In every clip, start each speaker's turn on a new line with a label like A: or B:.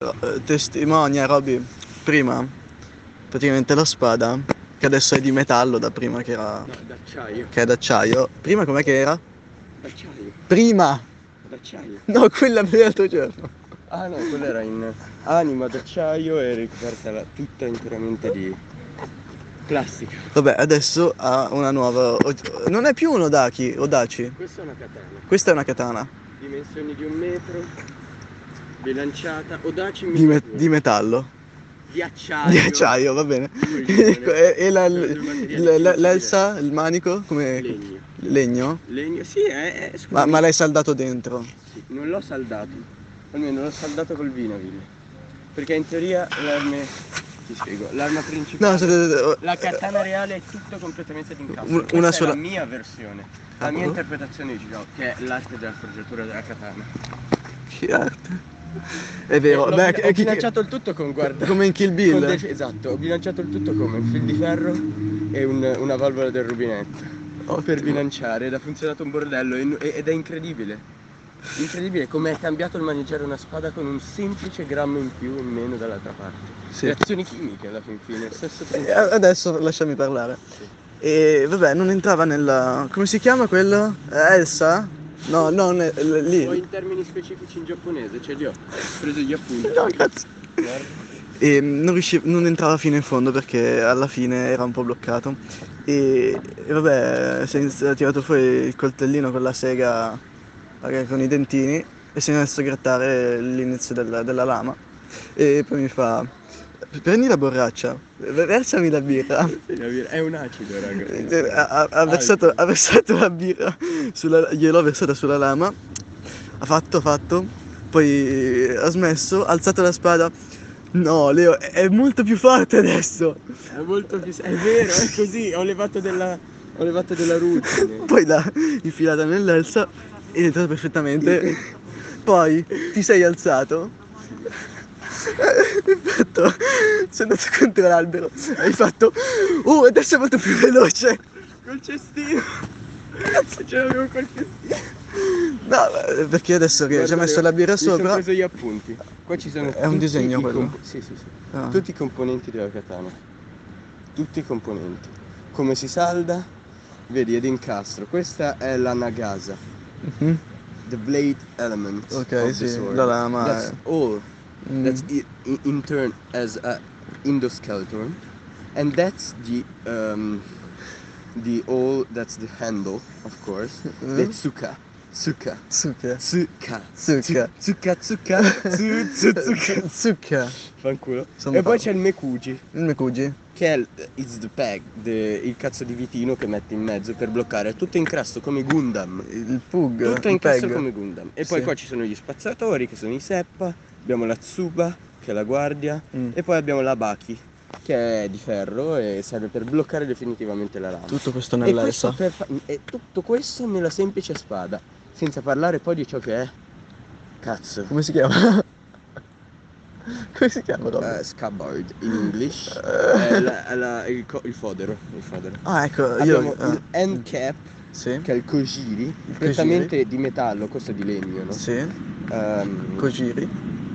A: Eh, testimonia Roby prima praticamente la spada che adesso è di metallo da prima che era
B: No, d'acciaio.
A: che è d'acciaio prima com'è che era?
B: D'acciaio.
A: prima
B: D'acciaio.
A: no quella dell'altro giorno
B: Ah no, quella era in anima d'acciaio e ricoperta la- tutta interamente di plastica.
A: vabbè adesso ha una nuova o- non è più un Odaki Odaci
B: Questa è una katana.
A: questa è una katana
B: Dimensioni di un metro. Bilanciata. Odaci
A: di, me- di metallo
B: di acciaio.
A: di acciaio va bene e, e la- l- l- l'elsa il manico come
B: Legno.
A: legno
B: Legno, sì, è... è-
A: ma,
B: scusami.
A: ma l'hai saldato dentro
B: Sì, non l'ho saldato, almeno l'ho saldato col Vinaville, perché in teoria l'arme, ti spiego, l'arma
A: no
B: principale,
A: aspetta,
B: la
A: aspetta,
B: katana reale è tutto completamente d'incasso,
A: Un-
B: questa
A: una
B: è
A: sola-
B: la mia versione,
A: Ah,
B: la mia
A: boh.
B: interpretazione di Giro, che è l'arte della forgiatura della katana.
A: Che arte. È vero,
B: Eh, l'ho
A: beh,
B: bi-
A: che-
B: ho
A: che-
B: bilanciato il tutto con, guarda,
A: come in Kill Bill.
B: con dec- esatto, ho bilanciato il tutto come un fil di ferro e un- una valvola del rubinetto. Per
A: Ottimo.
B: bilanciare ed ha funzionato un bordello e- e- ed è incredibile. Incredibile come è cambiato il maneggiare una spada con un semplice grammo in più o in meno dall'altra parte.
A: Sì.
B: Reazioni chimiche alla fin fine, stesso
A: Eh,
B: principio.
A: Adesso lasciami parlare. E vabbè, non entrava nella. come si chiama quello? Eh, Elsa? No, non è- l-
B: O
A: lì.
B: in termini specifici in giapponese, ce li ho. Ho preso gli appunti.
A: No, cazzo. E non, riusciva, non entrava fino in fondo perché alla fine era un po' bloccato. E, e vabbè, si è iniz- ha tirato fuori il coltellino con la sega magari con i dentini e si è messo a grattare l'inizio della, della lama. E poi mi fa: Prendi la borraccia, versami la birra.
B: È ah. un acido,
A: Eh,
B: raga.
A: ha, ha- ha versato, ha versato la birra, sulla, gliel'ho versata sulla lama, ha fatto, fatto, poi eh, ha smesso, ha alzato la spada. No, Leo, è, è molto più forte adesso.
B: È molto più... È vero, è così. Ho levato della... Ho levato della ruggine.
A: Poi l'ha infilata nell'elsa ed è entrata perfettamente. Poi ti sei alzato. Hai fatto. Sei andato contro l'albero. Hai fatto. Uh, adesso è molto più veloce.
B: Col cestino. Cazzo, ce l'avevo col cestino.
A: No, eh, perché adesso che ci ha
B: Guarda,
A: Cioè, messo la birra
B: mi son
A: sopra.
B: preso gli appunti. Qua ci sono
A: È un
B: tutti
A: disegno
B: i
A: quello?
B: sì, sì, sì.
A: Ah.
B: Tutti i componenti della katana. Tutti i componenti. Come si salda? Vedi, ed incastro. Questa è la Nagasa.
A: Mhm.
B: The blade element.
A: Ok,
B: of the
A: sì,
B: sword.
A: la lama
B: That's
A: è-
B: all.
A: Mm.
B: That's i- in, in turn as a endoskeleton. And that's the um, the all that's the handle, of course.
A: Mm.
B: The tsuka. Tsuka.
A: Zucca.
B: Tsuka.
A: Tsuka.
B: Tsuka, tsuka. Tsu, tsu, tsuka.
A: Zucca.
B: Fanculo.
A: Sono
B: E poi
A: bravo.
B: c'è il Mekuji,
A: Il Mekuji.
B: che è il, it's the peg, the- il cazzo di vitino che mette in mezzo per bloccare. È tutto incrasto come Gundam.
A: Il Pug.
B: Tutto
A: il
B: incrasto
A: Peg.
B: come Gundam. E poi
A: Sì.
B: qua ci sono gli spazzatori, che sono i Seppa. Abbiamo la Tsuba, che è la guardia.
A: Mm.
B: E poi abbiamo la Baki, che è di ferro e serve per bloccare definitivamente la lama.
A: Tutto questo
B: E questo
A: nell'elsa.
B: per fa- e tutto questo nella semplice spada. Senza parlare poi di ciò che è. Cazzo.
A: Come si chiama? Come si chiama Rob?
B: Eh, scabbard in English è Eh, la- è la- il, co- il fodero, il fodero.
A: Ah, ecco,
B: Abbiamo
A: io. eh.
B: il
A: ah,
B: end cap
A: Sì.
B: che è il kojiri,
A: kojiri.
B: prettamente di metallo, questo è di legno, no?
A: Sì.
B: Ehm,
A: Kojiri.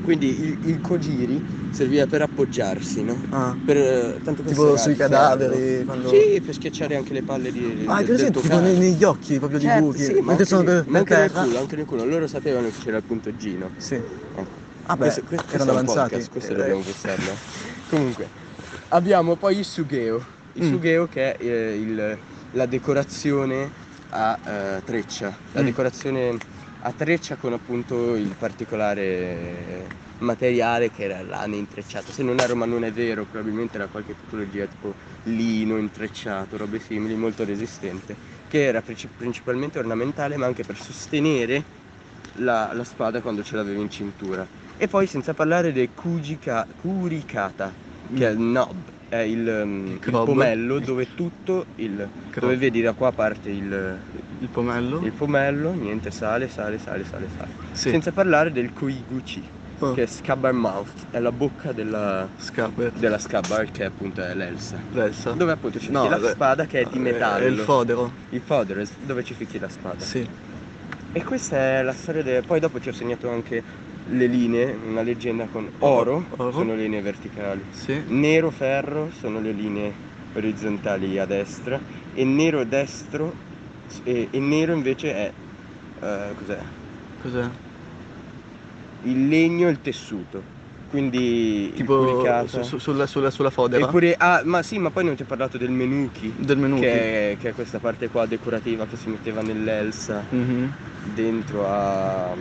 B: quindi il, il kojiri serviva per appoggiarsi, no?
A: Ah.
B: Per, eh, tanto per
A: Tipo
B: serrare,
A: sui
B: ferro.
A: cadaveri. Quando...
B: Sì, per schiacciare anche le palle di,
A: Ah,
B: del-
A: hai
B: del
A: presente?
B: tuo
A: Tipo
B: cane.
A: nei- negli occhi proprio di
B: Certo,
A: buchi.
B: sì, ma
A: anche
B: anche,
A: solo
B: lì-
A: per
B: ma
A: per
B: anche nel
A: terra.
B: culo, anche nel culo. Loro sapevano che c'era il puntoggino.
A: Sì.
B: Ecco.
A: Ah, beh,
B: Questo- questo
A: erano
B: è un
A: avanzati.
B: podcast, questo
A: Eh,
B: dobbiamo pensarlo. Comunque, abbiamo poi il sugeo. Il
A: Mm.
B: sugeo che è eh, il- la decorazione a eh, treccia. La
A: Mm.
B: decorazione a treccia con appunto il particolare eh, materiale che era lane intrecciato. Se non ero ma non è vero, probabilmente era qualche tipologia tipo lino intrecciato, robe simili, molto resistente, che era princi- principalmente ornamentale ma anche per sostenere la, la spada quando ce l'avevi in cintura. E poi senza parlare del kujika, kurikata, che è il knob, è il, um, il
A: Mm. knob.
B: pomello dove tutto il... dove vedi da qua parte il,
A: Il pomello?
B: il pomello, niente sale, sale, sale, sale, sale.
A: Sì.
B: Senza parlare del kuiguchi,
A: Oh,
B: che è scabbard mouth, è la bocca della,
A: Scarpe.
B: della scabbard che appunto è l'elsa.
A: L'elsa.
B: Dove appunto ci
A: Oh. No,
B: fichi la
A: beh,
B: spada che è di metallo.
A: È il fodero.
B: Il fodero, es- dove ci fichi la spada.
A: Sì.
B: E questa è la storia del... Poi dopo ci ho segnato anche le linee, una leggenda con oro,
A: Oro.
B: sono linee verticali,
A: Sì.
B: nero ferro sono le linee orizzontali a destra e nero destro e, e nero invece è eh, cos'è?
A: Cos'è?
B: Il legno e il tessuto. Quindi il
A: Tipo
B: culicata.
A: su- su- sulla, sulla, sulla fodera
B: Eppure, ah, ma sì, ma poi non ti ho parlato del menuki,
A: del menù.
B: che è, che è questa parte qua decorativa che si metteva nell'Elsa
A: Mhm.
B: dentro a.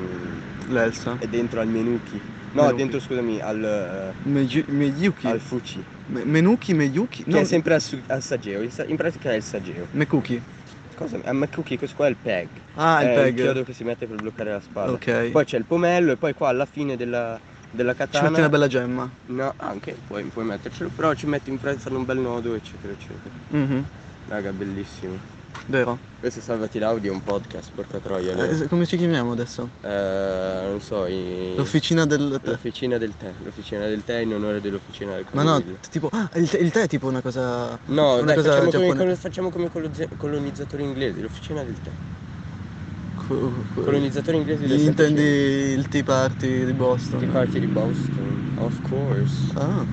A: L'Elsa.
B: è dentro al menuki. No,
A: Menuki.
B: dentro, scusami, al,
A: Meyu- Meyuki.
B: eh, al fuci.
A: Me- Menuki, Meyuki.
B: Che
A: No,
B: è sempre al, su- al saggeo, il sa- in pratica è il saggeo.
A: Mekuki.
B: Cosa? A Makuki questo qua è il peg.
A: Ah, il
B: è
A: peg.
B: Eh, il chiodo che si mette per bloccare la spada.
A: ok.
B: Poi c'è il pomello e poi qua alla fine della, della
A: Ci
B: katana.
A: metti una bella gemma.
B: No, anche puoi, puoi mettercelo, però ci metti in pre- fanno un bel nodo, eccetera, eccetera.
A: Mhm,
B: Raga, bellissimo.
A: Vero.
B: Questo è Salvati l'audio, è un podcast, porca troia.
A: Eh,
B: Leo.
A: se- come ci chiamiamo adesso?
B: Eh, non so, i-
A: L'officina del tè.
B: l'officina del tè, l'officina del tè in onore dell'officina del
A: Ma no,
B: camomillo.
A: t- tipo. ah, il, tè, il tè è tipo una cosa.
B: eh. No,
A: una
B: dai,
A: cosa
B: facciamo come,
A: giapponese.
B: colo- facciamo come coloze- colonizzatore inglese, l'officina del tè.
A: co- co-
B: Colonizzatore inglese del
A: Intendi
B: Settecento.
A: il Tea Party di Boston?
B: Tea Party di Boston, of course.
A: Ah,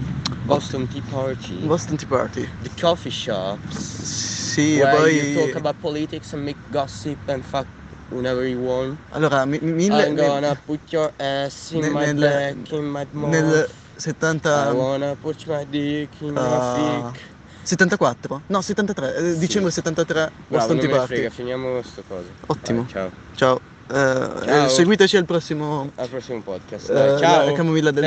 B: Boston Tea Party.
A: Boston Tea Party.
B: The coffee shops.
A: Sì, e
B: where
A: poi.
B: you talk about politics and make gossip and fuck whenever you want.
A: Allora, mi- mi- mille-
B: I'm gonna put your ass in
A: nel-
B: my
A: nel-
B: back, in my mouth.
A: nel
B: I
A: 70,
B: wanna put my dick in
A: Ah,
B: your dick.
A: 74? No, 73, eh,
B: Sì.
A: dicembre 73,
B: Bravo,
A: Boston
B: non me
A: Tea
B: ne
A: Party.
B: frega, finiamo sto coso.
A: Ottimo.
B: Dai, ciao.
A: Ciao. eh,
B: Ciao.
A: seguiteci al prossimo
B: Al prossimo podcast. Dai,
A: eh,
B: ciao.
A: Camomilla del